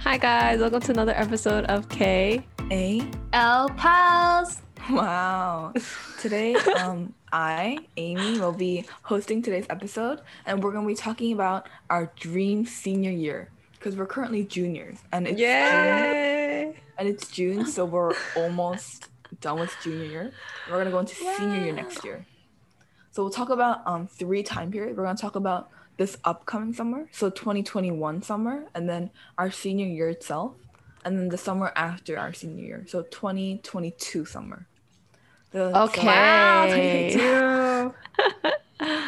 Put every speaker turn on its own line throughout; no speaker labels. Hi guys, welcome to another episode of K.
A.
L pals.
Wow. Today, um, I, Amy, will be hosting today's episode, and we're gonna be talking about our dream senior year because we're currently juniors, and it's June,
Yay!
and it's June, so we're almost done with junior year. We're gonna go into senior year
Wow.
next year. So we'll talk about um three time periods. We're gonna talk about this upcoming summer, so 2021 summer, and then our senior year itself, and then the summer after our senior year, so 2022 summer. The- so-
Okay.
Wow,
Hey.
2022.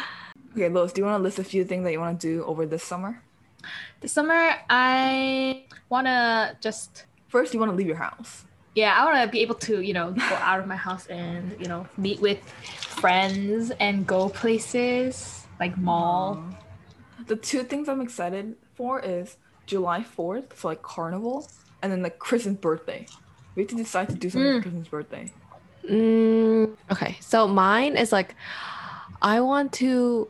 Okay, Lois, do you want to list a few things that you want to do over this summer?
this summer, I want to just,
First, you want to leave your house.
yeah, I want to be able to, you know, go out of my house and, you know, meet with friends and go places like mall.
The two things I'm excited for is July 4th, so like carnival, and then like Kristen's birthday. We have to decide to do something for
Mm.
Kristen's birthday.
Mm, okay, so mine is like, I want to.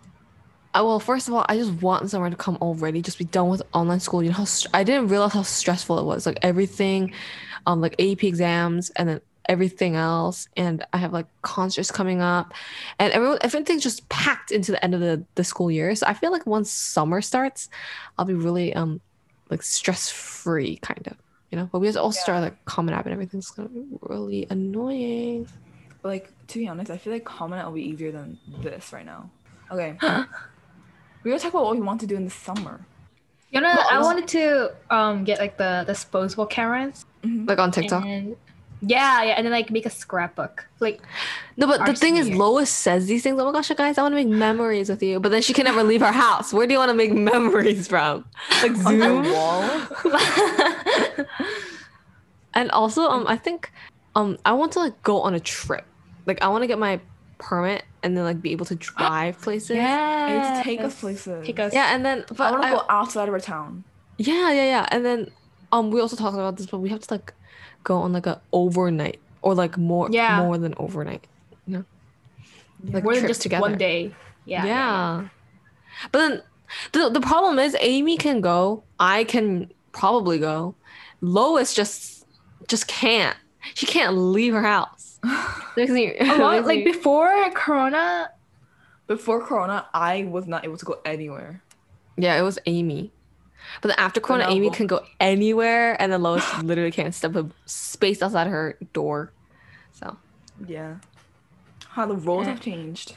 I, well, first of all, I just want someone to come already. Just be done with online school. You know, how str- I didn't realize how stressful it was. Like everything, um, like AP exams and then everything else. And I have like concerts coming up, and everyone, everything's just packed into the end of the the school year. So I feel like once summer starts, I'll be really um, like stress free kind of. You know, but we just all
Yeah.
start like common app and everything's gonna be really annoying.
But like, to be honest, I feel like Common App will be easier than this right now. Okay. We're gonna talk about what we want to do in the summer.
You know,
Well,
I
also-
wanted to um get like the disposable cameras.
Mhm.
like on TikTok.
And, yeah, yeah, and then like make a scrapbook. Like,
no, but the
our
thing is,
senior.
Lois says these things. Oh my gosh, you guys, I want to make memories with you, but then she can never leave her house. Where do you want to make memories from? Like
On
Zoom.
the wall.
And also, um, I think, um, I want to like go on a trip. Like I want to get my permit and then like be able to drive places.
And
yeah,
just take us places.
Take us.
Yeah, and then but
I want to
I-
go outside of our town.
Yeah, yeah, yeah. And then um we also talked about this, but we have to like go on like a overnight or like more
Yeah.
more than overnight. You know? Like
more than
trip
just
together.
one day. Yeah.
yeah. But then the the problem is Amy can go, I can probably go. Lois just just can't. She can't leave her house. Makes me-
A lot,
makes
like
me-
before Corona,
Before Corona, I was not able to go anywhere.
yeah, it was Amy. But then after Corona,
now
Amy
Lo-
can go anywhere, and then Lois literally can't step a space outside her door. So
Yeah. How the roles
Yeah.
have changed.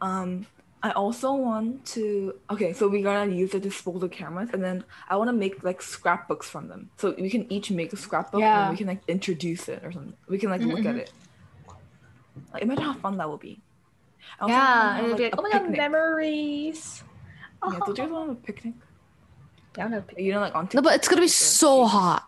um, I also want to. Okay, so we're gonna use the disposable cameras, and then I want to make like scrapbooks from them, so we can each make a scrapbook, and
Yeah.
then we can like introduce it or something. We can like look at
Mhm.
it. Like, imagine how fun that will be. I also wanna
yeah,
have,
and it'd be like,
a
oh my god,
picnic.
memories. Oh,
Yeah, don't you guys want to have a picnic?
Down to pic-
You know, like on.
No, but it's gonna be
TikTok,
so
like,
hot.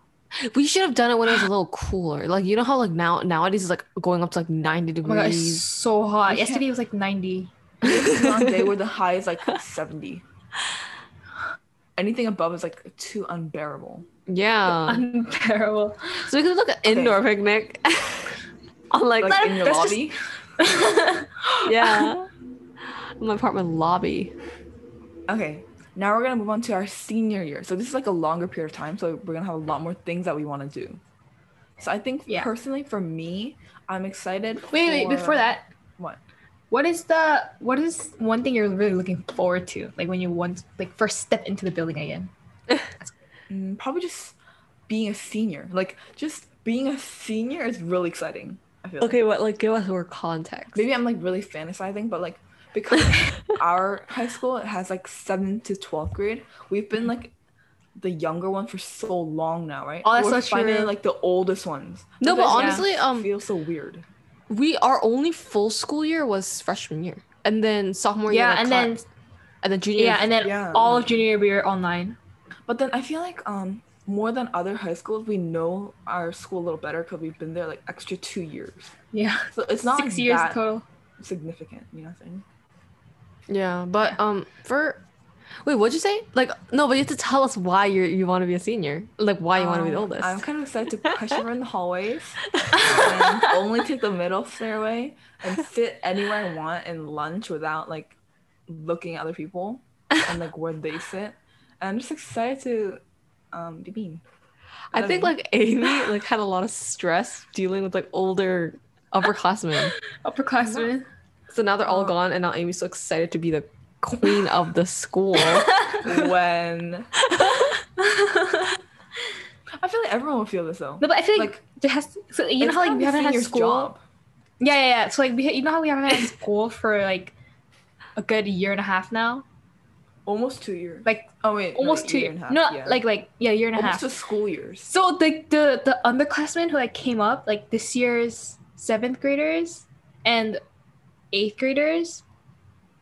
We should have done it when it was a little cooler. Like you know how like now nowadays it's like going up to like ninety
Oh my god, it's
degrees.
so hot.
We can't-
Yesterday was like 90.
one day where the high is like 70. Anything above is like too unbearable.
yeah.
Unbearable.
So we could look at indoor picnic. on like,
Like in your
that's just-
lobby.
yeah. My apartment lobby.
Okay. Now we're gonna move on to our senior year. So this is like a longer period of time. So we're gonna have a lot more things that we want to do. So I think
Yeah.
personally, for me, I'm excited.
wait, wait, before that,
what?
what is the what is one thing you're really looking forward to? Like when you want like first step into the building again.
Mm, probably just being a senior. Like just being a senior is really exciting. I feel. like.
Okay, what like give us more context.
maybe I'm like really fantasizing, but like because our high school has like seventh to twelfth grade, we've been like the younger one for so long now, right?
Oh, that's
We're
so
finally,
true.
like the oldest ones.
No,
It
but
does
honestly, um
feel so weird.
we our only full school year was freshman year. And then sophomore year.
yeah,
like,
and
climb-
then
and then junior
yeah, and then
Yeah.
all of junior year we were online.
But then I feel like um more than other high schools, we know our school a little better because we've been there like extra two years.
Yeah.
So it's not
Six
like,
years
that
total.
significant. You know what I'm saying?
Yeah, but um for wait, what'd you say? Like no, but you have to tell us why you you want to be a senior. Like why you want to be the
Um,
oldest.
I'm kind of excited to push her in the hallways and only take the middle stairway and sit anywhere I want and lunch without like looking at other people and like where they sit. I'm just excited to um, be mean.
I think
Um,
like Amy like had a lot of stress dealing with like older upperclassmen.
Upperclassmen.
So now they're all
Oh.
gone, and now Amy's so excited to be the queen of the school.
when
no,
I feel like everyone will feel this though.
but I feel like,
Like,
there has to, so you know
It's
how like
kind
we
of the
haven't had
senior's
school.
job.
Yeah, yeah, yeah. So like we, you know how we haven't had school for like a good year and a half now,
Almost two years.
like
oh wait, no,
almost
a
two.
year and a half,
no,
yeah.
like like yeah, year and a
almost
half.
to school years.
So the the the underclassmen who like came up like this year's seventh graders and eighth graders,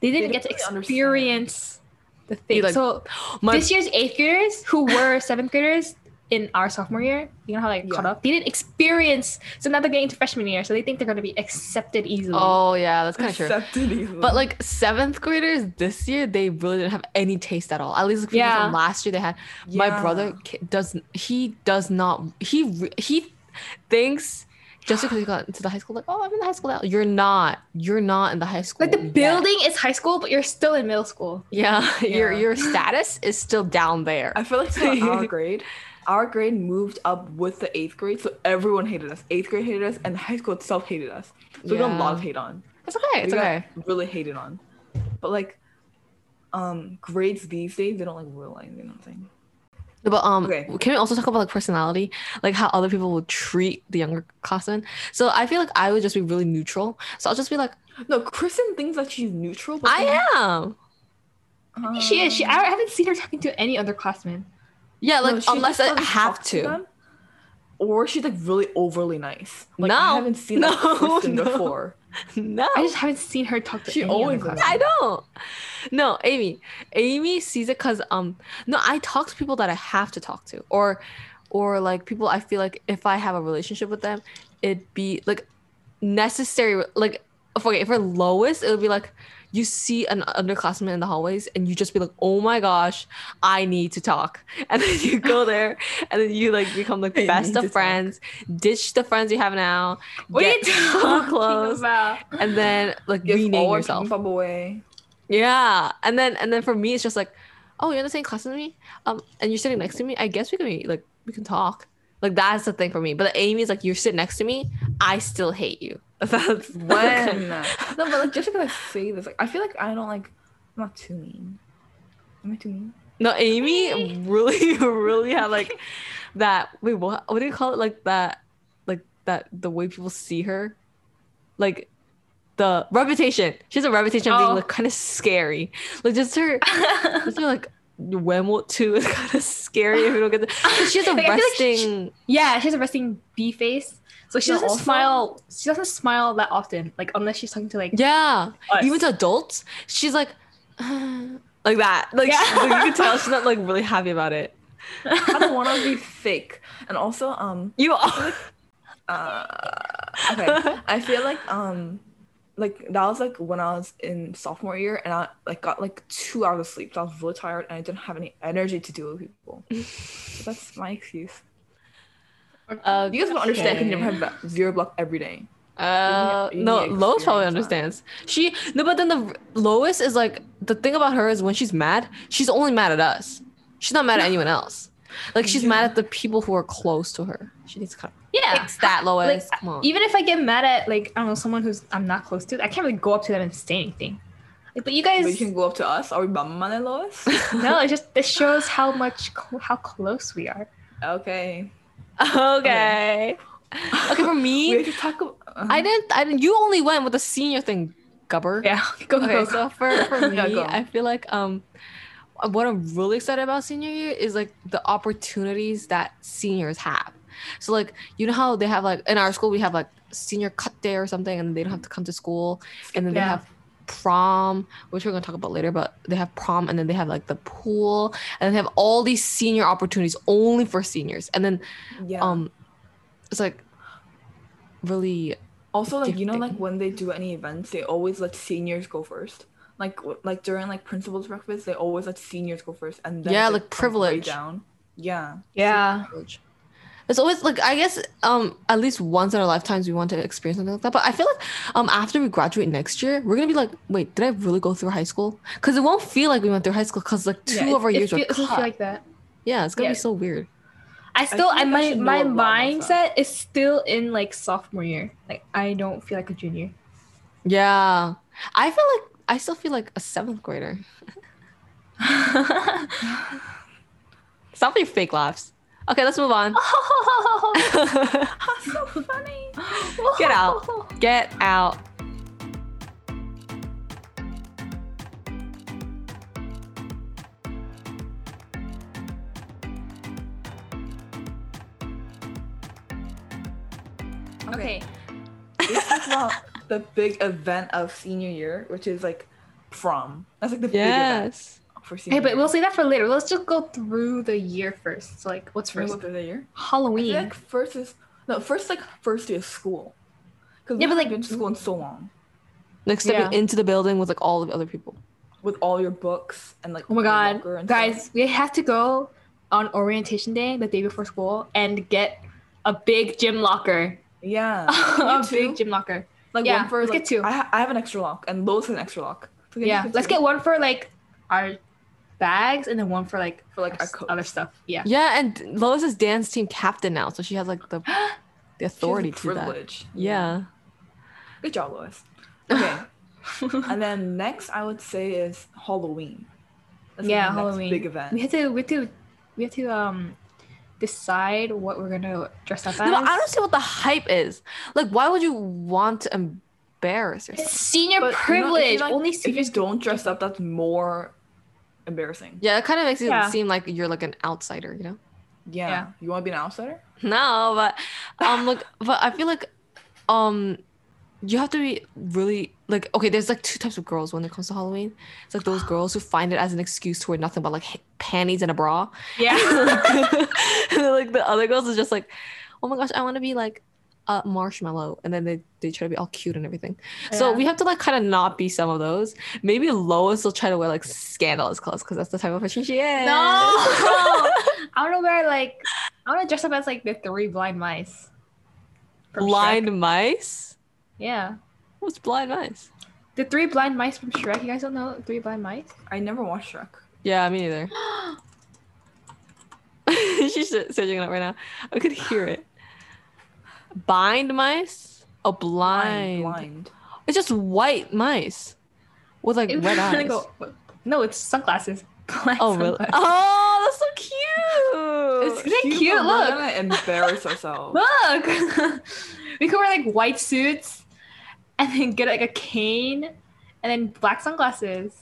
they didn't
didn't
get to
really understand.
experience the thing.
You, like,
so
My
this year's eighth graders who were seventh graders in our sophomore year, you know how like caught
Yeah.
up. They didn't experience, so now they're getting into freshman year, so they think they're gonna be accepted easily.
oh yeah, that's kind of true.
Accepted easily.
But like seventh graders this year, they really didn't have any taste at all. At least like, people
Yeah.
from last year they had. My
Yeah.
brother ki- does. He does not. He re- he thinks just because he got into the high school, like oh, I'm in the high school now. You're not. You're not in the high school.
Like the
yet.
building is high school, but you're still in middle school.
Yeah, your
Yeah.
your status is still down there.
I feel like so our grade, our grade moved up with the eighth grade, so everyone hated us. Eighth grade hated us, and high school itself hated us. So we got a lot of
Yeah.
hate on.
It's okay. It's
we
okay.
Got really hated on, but like, um, grades these days they don't like realize you know what I'm saying.
No, But um,
Okay.
can we also talk about like personality, like how other people would treat the younger classmen? So I feel like I would just be really neutral. So I'll just be like,
No, Kristen thinks that she's neutral. But Uh,
I am.
am.
she is. She. I haven't seen her talking to any underclassmen.
Yeah,
No,
like
she
unless
just
I
doesn't
have
talk
to.
them, or she's like really overly nice. Like
No.
I haven't seen that
No,
Kristen
no.
before.
no,
I just haven't seen her talk to
She
any
always
underclassmen.
does.
I don't. No, Amy. Amy sees it because um, no, I talk to people that I have to talk to, or, or like people I feel like if I have a relationship with them, it'd be like necessary. Like, if- okay, for Lois, it would be like you see an underclassman in the hallways and you just be like, oh my gosh, I need to talk, and then you go there and then you like become like
I
best
need to
of
talk.
friends, ditch the friends you have now,
What are you
get so
talking
close,
about?
and then like
Give
rename
all our
yourself.
pom-pom away.
Yeah, and then and then for me, it's just like, oh, you're in the same class as me, um, and you're sitting next to me. I guess we can be like we can talk. Like that's the thing for me. But Amy's like, you're sitting next to me. I still hate you. That's
When? no, but like just because I say this, like I feel like I don't like. I'm not too mean. Am I too mean?
no, Amy really, really had like that. Wait, what? What do you call it? Like that, like that. The way people see her, like the reputation. She has a reputation of
Oh.
being like kind of scary. Like just her I feel like Wenwood 2 is kind of scary if you don't get the. 'cause She has a
Like, I feel like she-
resting.
yeah, she has a resting B face, so she
No,
doesn't
also-
smile. She doesn't smile that often, like unless she's talking to like
yeah.
us.
Even to adults, she's like, like that. Like,
Yeah.
she- like, you can tell she's not like really happy about it.
I don't want to be fake. And also, um,
You are.
uh, okay, I feel like um, like that was like when I was in sophomore year, and I like got like two hours of sleep. So I was really tired, and I didn't have any energy to deal with people. So that's my excuse.
Uh,
You guys will understand. 'cause You
Okay.
never have that zero block every day.
Uh,
You need- you
no,
need
Lois probably
experience
understands. She no, but then the Lois is like the thing about her is when she's mad, she's only mad at us. She's not mad at anyone else. Like she's mad
Yeah.
at the people who are close to her. She needs to kind of
yeah.
fix that, Lois.
Like,
Come on.
Even if I get mad at like I don't know someone who's I'm not close to, I can't really go up to them and say anything. Like, but you guys,
But you can go up to us. Are we mama Lois?
no, it just this shows how much cl- how close we are.
okay.
okay. Okay, for me,
We have to talk uh-huh. about.
I didn't. I didn't. You only went with the senior thing, gubber.
Yeah, go
Okay,
go. go.
so for for me,
Yeah, go.
I feel like um, what I'm really excited about senior year is like the opportunities that seniors have. So like you know how they have like in our school we have like senior cut day or something, and they don't have to come to school, and then they
Yeah.
have prom which we're going to talk about later but they have prom and then they have like the pool and they have all these senior opportunities only for seniors and then
yeah.
um it's like really
Also, like you know, like
Gifting.
when they do any events, they always let seniors go first. Like w- like during like principals breakfast, they always let seniors go first, and then
Yeah,
if it
like
comes way
privilege.
down. Yeah,
yeah,
privilege. It's always like I guess um at least once in our lifetimes we want to experience something like that. But I feel like um after we graduate next year, we're gonna be like, wait, did I really go through high school? Because it won't feel like we went through high school because like two
Yeah, it-
of our
It
years
feel-
were
it doesn't
cut.
feel like that.
yeah, it's gonna be
yeah.
so weird.
I still,
think
I,
I
my
should know
my
about
mindset
myself.
is still in like sophomore year. Like I don't feel like a junior.
Yeah, I feel like I still feel like a seventh grader.
Oh,
Stop your fake laughs. Okay, let's move on.
so funny.
Get out. Get out.
Okay.
Let's talk about the big event of senior year, which is like prom. That's like the big event
Yes.
for senior
Hey, but
year.
we'll say that for later. Let's just go through the year first. So, like, what's
Can we
first?
go through the year. I
Halloween.
feel like first is no first like first day of school. Cause
Yeah,
we
but,
haven't
like-
been to school in so long
Like stepping
Yeah.
into the building with like all the other people.
with all your books and like
Oh my
your
god,
locker and
guys,
stuff.
we have to go on orientation day, the day before school, and get a big gym locker.
Yeah,
a
You too?
big gym locker.
like
yeah,
one for
let's
like
get two.
I, ha- I have an extra lock and Lois has an extra lock. So we can
yeah,
just
let's
two
get one for like our bags, and then one for like
for like
our
our
s-
coat.
other stuff. Yeah.
Yeah, and Lois is dance team captain now, so she has like the the
She has
authority
the
to that.
privilege.
Yeah.
Good job, Lois. Okay. and then next, I would say is Halloween. That's
Yeah,
the next
Halloween.
Big
We
event.
have to. We have to. We have to um decide what we're gonna dress up as.
No, I don't see what the hype is. Like, why would you want to embarrass yourself?
Senior
But, you know, if you,
privilege.
like-
Only
If
senior.
you don't dress up, that's more embarrassing.
Yeah, it kind of makes it
Yeah.
seem like you're like an outsider, you know?
Yeah.
Yeah.
You want to be an outsider?
No, but um, like, but I feel like um, you have to be really like okay. There's like two types of girls when it comes to Halloween. It's like those girls who find it as an excuse to wear nothing but like h- panties and a bra.
Yeah.
and then, like the other girls is just like, oh my gosh, I want to be like a marshmallow, and then they they try to be all cute and everything. So
Yeah.
we have to like kind of not be some of those. Maybe Lois will try to wear like scandalous clothes because that's the type of person she is.
No, I want to wear like I want to dress up as like the three blind mice. From Shrek.
blind mice.
Yeah,
What's blind mice?
the three blind mice from Shrek. You guys don't know three blind mice?
I never watched Shrek.
Yeah, me neither. She's se- searching it up right now. I could hear it. Bind mice? Oh, blind.
Blind.
It's just white mice with like red eyes.
no, it's sunglasses. Blind
oh, really?
sunglasses.
Oh, that's so cute.
It's really cute.
but
look,
We're gonna embarrass ourselves.
look. we could wear like white suits, and then get like a cane, and then black sunglasses.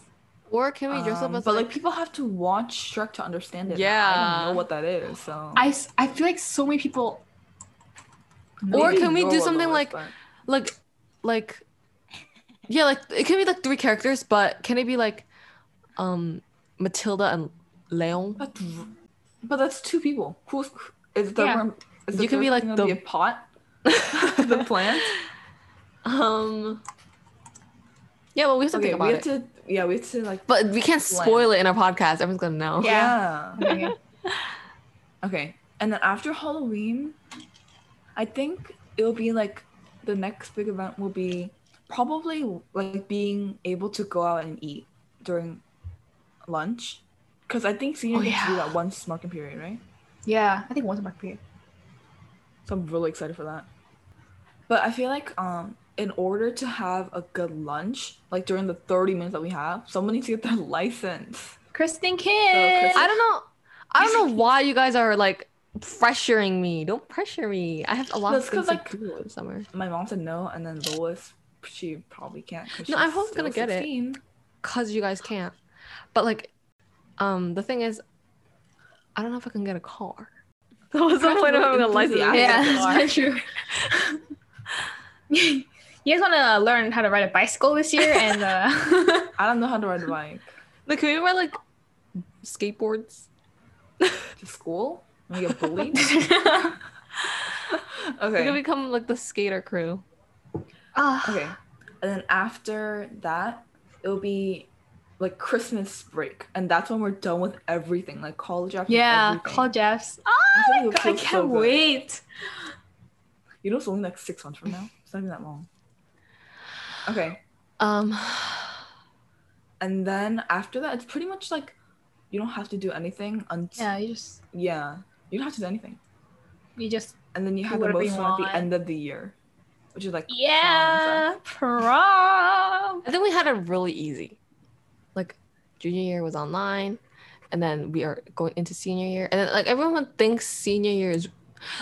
or can we dress up
Um,
as
but like
like,
people have to watch Shrek to understand it. I
Yeah.
don't know what that is. So
I s- I feel like so many people.
Or
Maybe
can we
you're
do
a
something
Lois,
like-
but-
like like yeah, like it can be like three characters, but can it be like um Matilda and Leon?
But, but that's two people. Who's is the
Yeah.
worm- is the
You could be
third
like
thing gonna
the-
be a pot, the plant.
um Yeah, well we have to
Okay,
think about
we have to
it.
yeah we have to like
But we can't
Blend.
spoil it in our podcast. Everyone's gonna know.
Yeah.
yeah.
Okay, okay.
Okay, and then after Halloween, I think it'll be like the next big event will be probably like being able to go out and eat during lunch, because I think senior
Oh,
gets to do
yeah.
that once marking period, right?
Yeah, I think once a month period.
So I'm really excited for that. But I feel like um in order to have a good lunch, like during the 30 minutes that we have, someone needs to get their license.
Oh,
Kristen Kidd.
Kristen-
I don't know. I don't know why you guys are like pressuring me. Don't pressure me. I have a lot
No,
of
it's 'cause,
things
like,
to do in summer.
My mom said no, and then Lois, she probably can't. 'cause
No,
she's
I'm hopefully gonna
still
get it. Cause you guys can't. But like, um, the thing is, I don't know if I can get a car. So what's the point of having a license?
Yeah.
that's true. you guys want to learn how to ride a bicycle this year and uh,
I don't know how to ride a bike
Like, can we wear like skateboards?
to school. Am I get bullied?
We can
okay.
become like the skater crew.
Ah,
Oh,
Okay. And then after that, it'll be like Christmas break, and that's when we're done with everything, like college after
Yeah,
everything.
call Jeffs. Oh
I
my god,
think it
I
feels so
can't
good.
wait.
You know, it's only like six months from now. It's not even that long. Okay,
Um,
and then after that, it's pretty much like you don't have to do anything until
Yeah,
yeah.
you just
you don't have to do anything,
you just
and then you
Do
have the
whatever you
most fun at the
want.
end of the year, which is like prom and
yeah
stuff.
prom.
I think we had it really easy. Like junior year was online, and then we are going into senior year, and then like everyone thinks senior year is,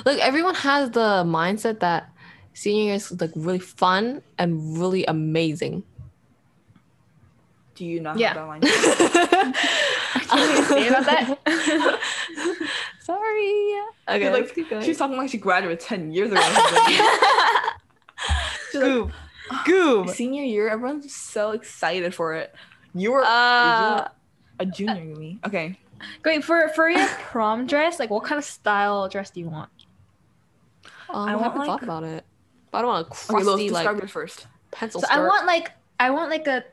like everyone has the mindset that senior year is like really fun and really amazing.
Do you not
Yeah.
have that line?
Can you say about that?
Sorry. Okay,
You're like,
let's keep going.
She's talking like she graduated ten years ago. She's like,
Goob. Goob.
senior year, everyone's so excited for it. You were
Uh,
a junior, you mean? Okay.
Great for for your prom dress. Like, what kind of style dress do you want?
Um,
I
I
want,
haven't
like-
thought about it. But I don't want a crusty
Okay, let's describe
like
it first.
pencil
So I want like I want like a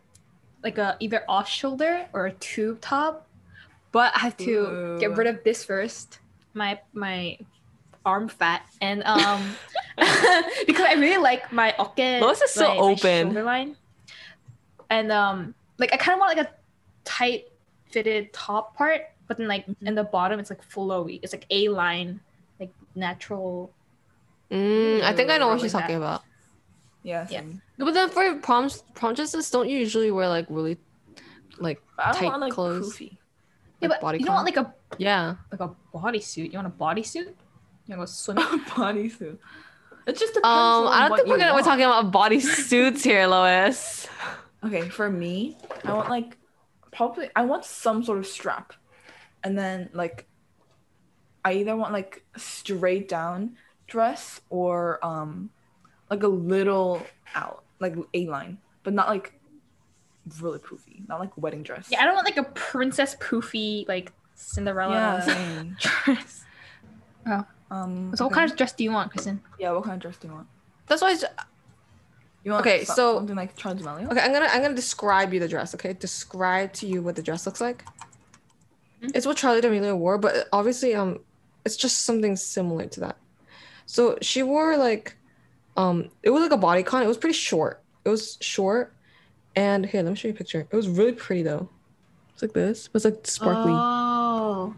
like a either off shoulder or a tube top, but I have to
Ooh.
get rid of this first. My my arm fat and um because I really like my oken.
Lois is so
my- my
open.
shoulder line. And um like I kind of want like a tight fitted top part, but then like
Mm-hmm.
in the bottom it's like flowy. It's like a line, like natural.
Mm, I think I know what
Ooh,
she's
like
talking about.
Yeah.
Yeah.
same.
No, But then for prom prom dresses, don't you usually wear like really like
But I don't
Tight
want like
clothes.
poofy.
Yeah,
Like
but
body
you don't want like a
yeah?
like a bodysuit. You want a bodysuit? You want to go swimming?
bodysuit. It just depends.
Um,
on
I don't
what
think we're
you
gonna
want.
we're talking about body suits here, Lois.
Okay, for me, I want like probably I want some sort of strap, and then like I either want like straight down dress or um like a little out like a line, but not like really poofy, not like wedding dress.
Yeah, I don't want like a princess poofy like Cinderella
yeah. same.
dress.
um.
So what
okay.
kind of dress do you want, Kristen?
yeah? What kind of dress do you want?
That's why. I j-
You want
Okay,
so-
so-
something like Transmelia?
Okay, I'm gonna I'm gonna describe you the dress. Okay, describe to you what the dress looks like.
Mhm.
It's what Charlie D'Amelio wore, but obviously, um, it's just something similar to that. So she wore like, um, it was like a bodycon. It was pretty short. It was short, and here, let me show you a picture. It was really pretty though. It's like this, but it's like sparkly.
Oh,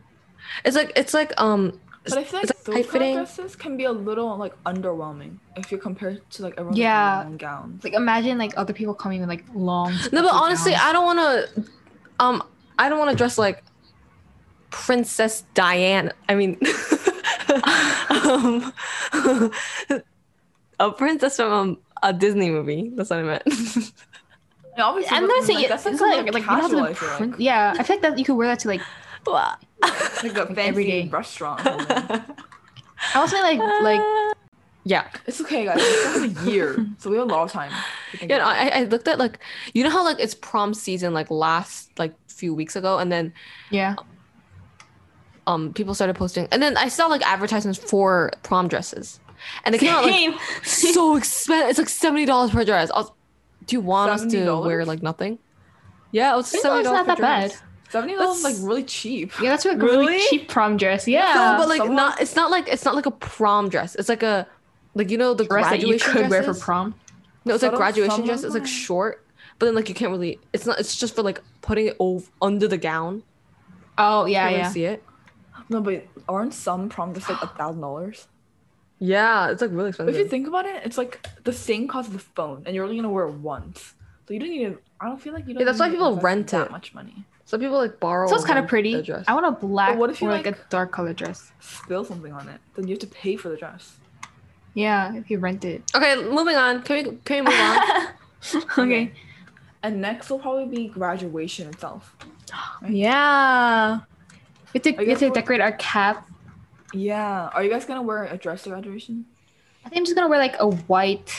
it's like it's like um,
But I feel like
it's
those
like
kind of
tight-fitting.
dresses can be a little like underwhelming if you compare it to like everyone's
Yeah.
long gowns.
like imagine like other people coming with like long.
No, but
fluffy
honestly,
gowns.
I don't want to. Um, I don't want to dress like Princess Diana. I mean, um, a princess from um, a, a Disney movie. That's what I meant.
And obviously,
I'm
but,
not saying
like,
it-
that's
it's
like,
not
something
like, like you don't have
casual.
to
I feel
print- yeah. I feel like that you could wear that to like
What?
like, like a fancy
everyday.
restaurant. or something.
I was like like
yeah,
it's okay, guys. It's only a year, so we have a lot of time. to think
yeah. no,
about
I, I looked at like, you know how like it's prom season like last like few weeks ago, and then
yeah.
um people started posting, and then I saw like advertisements for prom dresses, and they came out like so expensive. It's like seventy dollars per dress. I was, do you want us to
$70?
wear like nothing? Yeah, it was
It's
seventy dollars.
not that bad.
it. Seventy dollars is like
That's-
really cheap.
Yeah, that's like a
Really?
really cheap prom dress. Yeah,
No, but like
someone-
not. It's not like it's not like a prom dress. It's like a like you know the
dress that
graduation
you could wear for
dresses?
prom.
No, it's like
Subtle
graduation
summer
dress. It's like
vibe.
short, but then like you can't really. It's not. It's just for like putting it over under the gown.
Oh yeah,
Can't really
yeah.
See it?
No, but aren't some prom just like a thousand dollars?
Yeah, it's like really
But
expensive.
if you think about it, it's like the same cost as the phone, and you're only gonna wear it once, so you don't need. to I don't feel like you don't.
Yeah, that's
need
why
to
people
invest
rent
that
it.
much money.
so people like borrow.
So it's kind
one-
of pretty.
their dress.
I want a black
But what if you,
or like,
like-
a dark color dress.
Spill something on it, then you have to pay for the dress.
Yeah, if you rent it.
okay, moving on. Can we can we move on?
okay.
And next will probably be graduation itself.
Yeah. We have to,
Are you
we have to
going-
decorate our cap.
Yeah. Are you guys gonna wear a dress to graduation?
I think I'm just gonna wear like a white,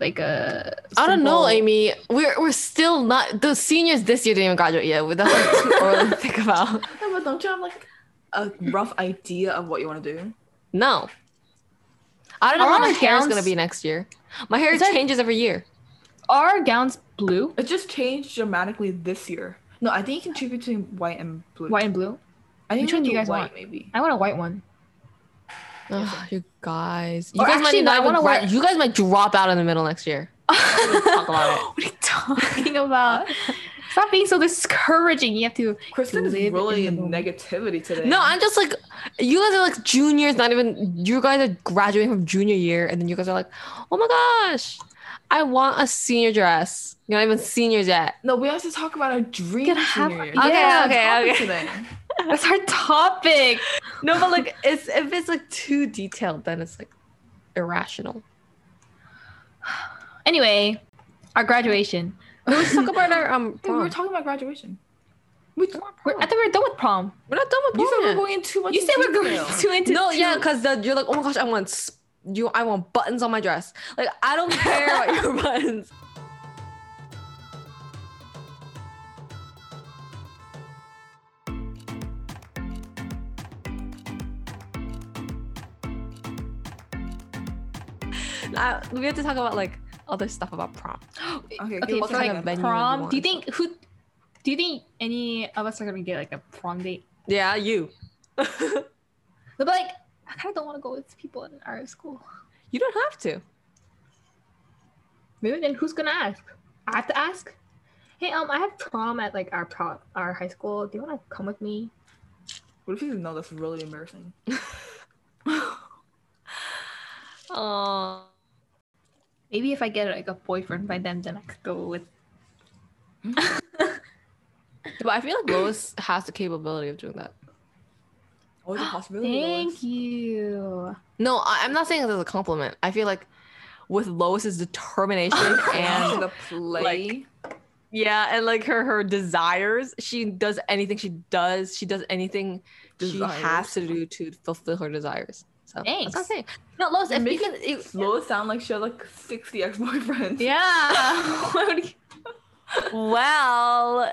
like a.
I don't know,
simple-
Amy. We're we're still not the seniors this year didn't even graduate yet. That's like too early to think about.
No, but don't you have like a rough idea of what you want to do?
No, I don't know
Are
what my
our
hair is
gowns-
gonna be next year. My hair
Is that-
changes every year.
Are our gowns blue,
It just changed dramatically this year. No, I think you can choose between white and blue.
white and blue.
I think
Which
we
one do
do
you guys
white,
want?
Maybe.
I want a white one.
Ugh, you guys, you
Or
guys
actually,
might not
I wanna
even
wear-
gra- You guys might drop out in the middle next year. talk about it.
What are you talking about? Stop being so discouraging. You have to.
Kristen is
Live
really
in
in
the moment.
negativity today.
No, I'm just like, you guys are like juniors, not even, you guys are graduating from junior year, and then you guys are like, oh my gosh, I want a senior dress. You're not even seniors yet.
No, we have to talk about our dream
Can I
senior
have-
year.
Okay,
That's the
okay,
topic
okay.
today.
That's our topic.
No, but like, it's, if it's like too detailed, then it's like irrational.
Anyway, our graduation.
Let's talk about our um.
Hey, we were
prom.
talking about graduation. We, you said
We're, I thought we are done with prom.
We're not done with prom
we're
yet.
going in too much.
You said we're going
detail.
too into.
No,
too-
yeah, because you're like, oh my gosh, I want s- you. I want buttons on my dress. Like I don't care about your buttons. Uh, we have to talk about like other stuff about prom.
Okay,
Okay,
what
so
kind
kind
like
of
of
venue would you
prom. Do you
want?
think who? Do you think any of us are gonna get like a prom date?
Yeah, you. you
But like, I kind of don't want to go with people in our school.
don't have to.
Maybe then who's gonna ask? I have to ask. Hey, um, I have prom at like our pro- our high school. Do you wanna come with me?
What if you know that's really embarrassing?
Oh.
Maybe if I get like a boyfriend by then, then I could go with.
But I feel like Lois has the capability of doing that.
What was the possibility?
Thank
Lois?
you.
No, I, I'm not saying this as a compliment. I feel like with Lois's determination
And
and
the play.
yeah, and like her her desires, she does anything she does. She does anything
Desires.
she has to do to fulfill her desires. So that's what I'm
Thanks.
saying. No, Lois, if you
Make
can, you-
Lois sound like she had like 60 ex-boyfriends.
Yeah. Why would you-
well,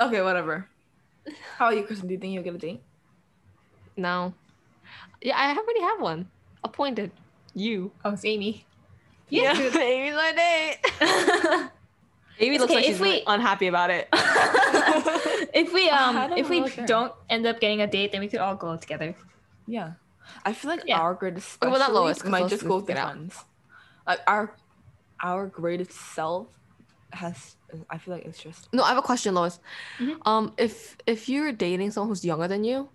Okay, whatever. How about you, Kristen? Do you think you'll get a date?
no, yeah, I already have one appointed. You,
oh, it's Amy.
yeah, Amy's my date. Amy
It's
looks
okay,
like
if
she's really
we-
unhappy about it.
if we
I
um
don't
if we
know, sure.
don't end up getting a date, then we could all go together.
Yeah. I feel like
Yeah.
our greatest
Okay, well, not
especially
Lois, 'cause
might
Lois
just
can
go with
get
their
out.
friends. Like our our greatest self has I feel like it's just
No, I have a question, Lois.
Mhm.
Um, if if you're dating someone who's younger than you,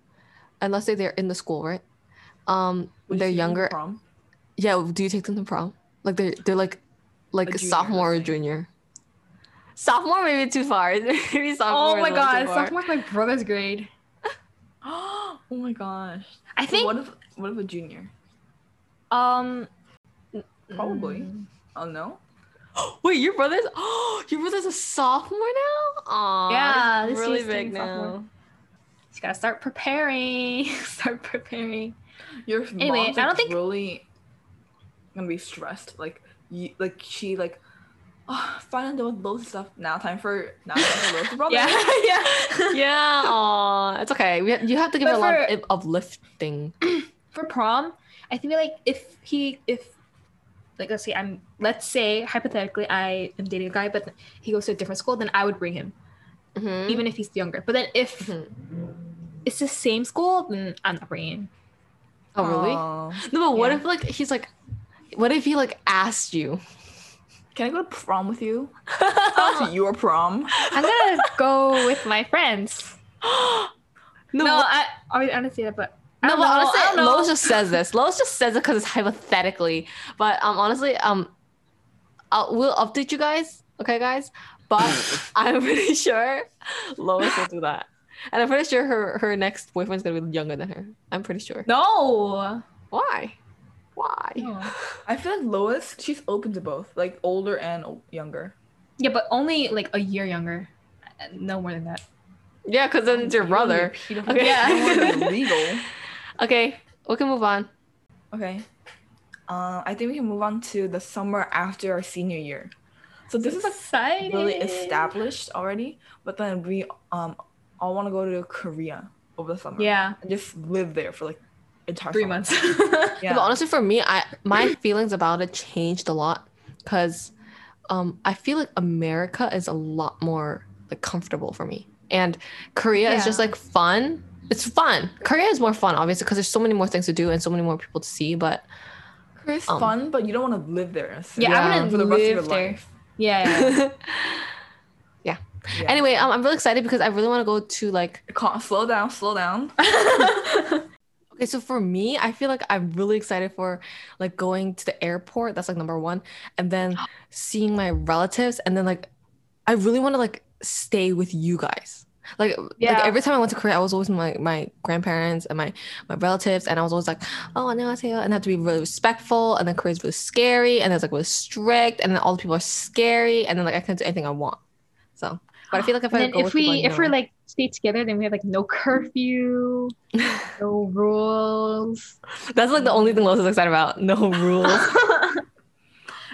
and let's say they're in the school, right? Um,
Would you
they're
take them
younger.
Prom?
Yeah, do you take them to prom? Like they're they're like like
junior,
sophomore or
let's say.
junior. Sophomore maybe too far. maybe sophomore.
Oh my
is a little too
god,
far.
sophomore my brother's grade.
oh my gosh.
I
So
think
what if what if a junior?
um mm,
Probably. Oh no?
Wait, your brother's oh your brother's a sophomore now? Aw,
Yeah,
he's
this
really
year's
big
turning
now.
sophomore. just gotta start preparing. start preparing.
Your
Anyway,
mom's
I
like,
don't think-
really gonna be stressed. Like you, like she like oh finally done with loads of stuff. Now time for now time for loads of problems.
Yeah, yeah.
Yeah, aw, it's okay. We, you have to give
But
it a lot
for-
of uplifting.
For prom, I feel like if he if like let's say I'm let's say hypothetically I am dating a guy, but he goes to a different school, then I would bring him,
Mhm.
even if he's younger. But then if
Mhm.
it's the same school, then I'm not bringing. him.
Oh really?
Aw.
No, but what
Yeah.
if like he's like, what if he like asked you?
Can I go to prom with you? Not to your prom.
I'm gonna go with my friends.
no,
No,
no,
I, I honestly, but I
but
don't know,
honestly,
I don't know.
Lois just says this. Lois just says it because it's hypothetically. But um, honestly, um, I'll, we'll update you guys, okay, guys. But I'm pretty sure Lois will do that, and I'm pretty sure her her next boyfriend's gonna be younger than her. I'm pretty sure.
no.
Why? Why?
I feel like Lois, she's open to both, like older and o- younger.
Yeah, but only like a year younger. Uh, No more than that.
Yeah, because then it's your brother. Okay.
Yeah.
Yeah.
legal.
okay, we can move on.
Okay. Uh, I think we can move on to the summer after our senior year. So this is like
exciting.
really established already, but then we um all want to go to Korea over the summer.
Yeah,
And just live there for like entire
three
summer.
months.
Yeah.
But honestly, for me, I my feelings about it changed a lot because um I feel like America is a lot more like comfortable for me. And Korea is just
Yeah.
like fun. It's fun. Korea is more fun obviously because there's so many more things to do and so many more people to see, but
Korea's
Um,
fun, but you don't want to live there. so-
Yeah,
Yeah,
I wouldn't
for the rest of your
live there.
life.
Yeah, yeah, yeah.
yeah.
Yeah.
Anyway, um, I'm really excited because I really want to go to like
Ca- slow down, slow down.
Okay, so for me, I feel like I'm really excited for like going to the airport. That's like number one, and then seeing my relatives, and then like I really want to like stay with you guys. Like,
Yeah.
like every time I went to Korea, I was always with my, my grandparents and my my relatives, and I was always like, oh, 안녕하세요, and I have to be really respectful, and then Korea's really scary, and it's like really strict, and then all the people are scary, and then like I can do anything I want. So, but I feel like if
And
I
then
go
if
with people I
we if we're
know-
like stay together, then we have like no curfew, no rules.
that's like the only thing Lois is excited about. No rules.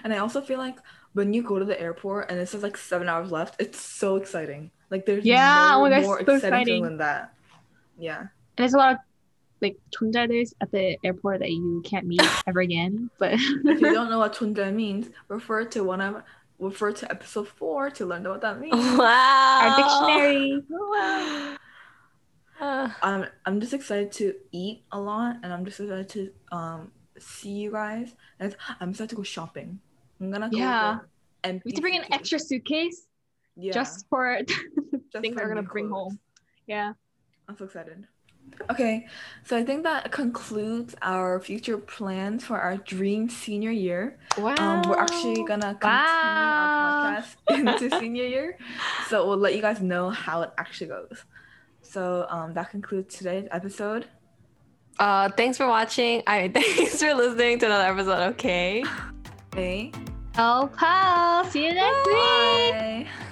And I also feel like when you go to the airport and it says like seven hours left, it's so exciting. Like there's
Yeah,
no
oh my gosh,
more
so
exciting, feeling
exciting.
than that. Yeah.
And there's a lot of like chunjaedes at the airport that you can't meet ever again. But
If you don't know what chunja means, refer to one of refer to episode four to learn what that means.
Wow.
our dictionary.
Uh,
um, I'm just excited to eat a lot, and I'm just excited to um see you guys. And I'm excited to go shopping. I'm gonna go
Yeah.
and
We have to bring an extra suitcase
yeah,
just for
just
things
for
we're gonna
new
bring
clothes.
home. Yeah.
I'm so excited. Okay, so I think that concludes our future plans for our dream senior year.
wow.
Um, we're actually gonna continue
Wow.
our podcast into senior year, so we'll let you guys know how it actually goes. So um, that concludes today's episode.
Uh, thanks for watching. I thanks for listening to another episode. Okay.
Okay,
Oh, pal. See you next week.
bye.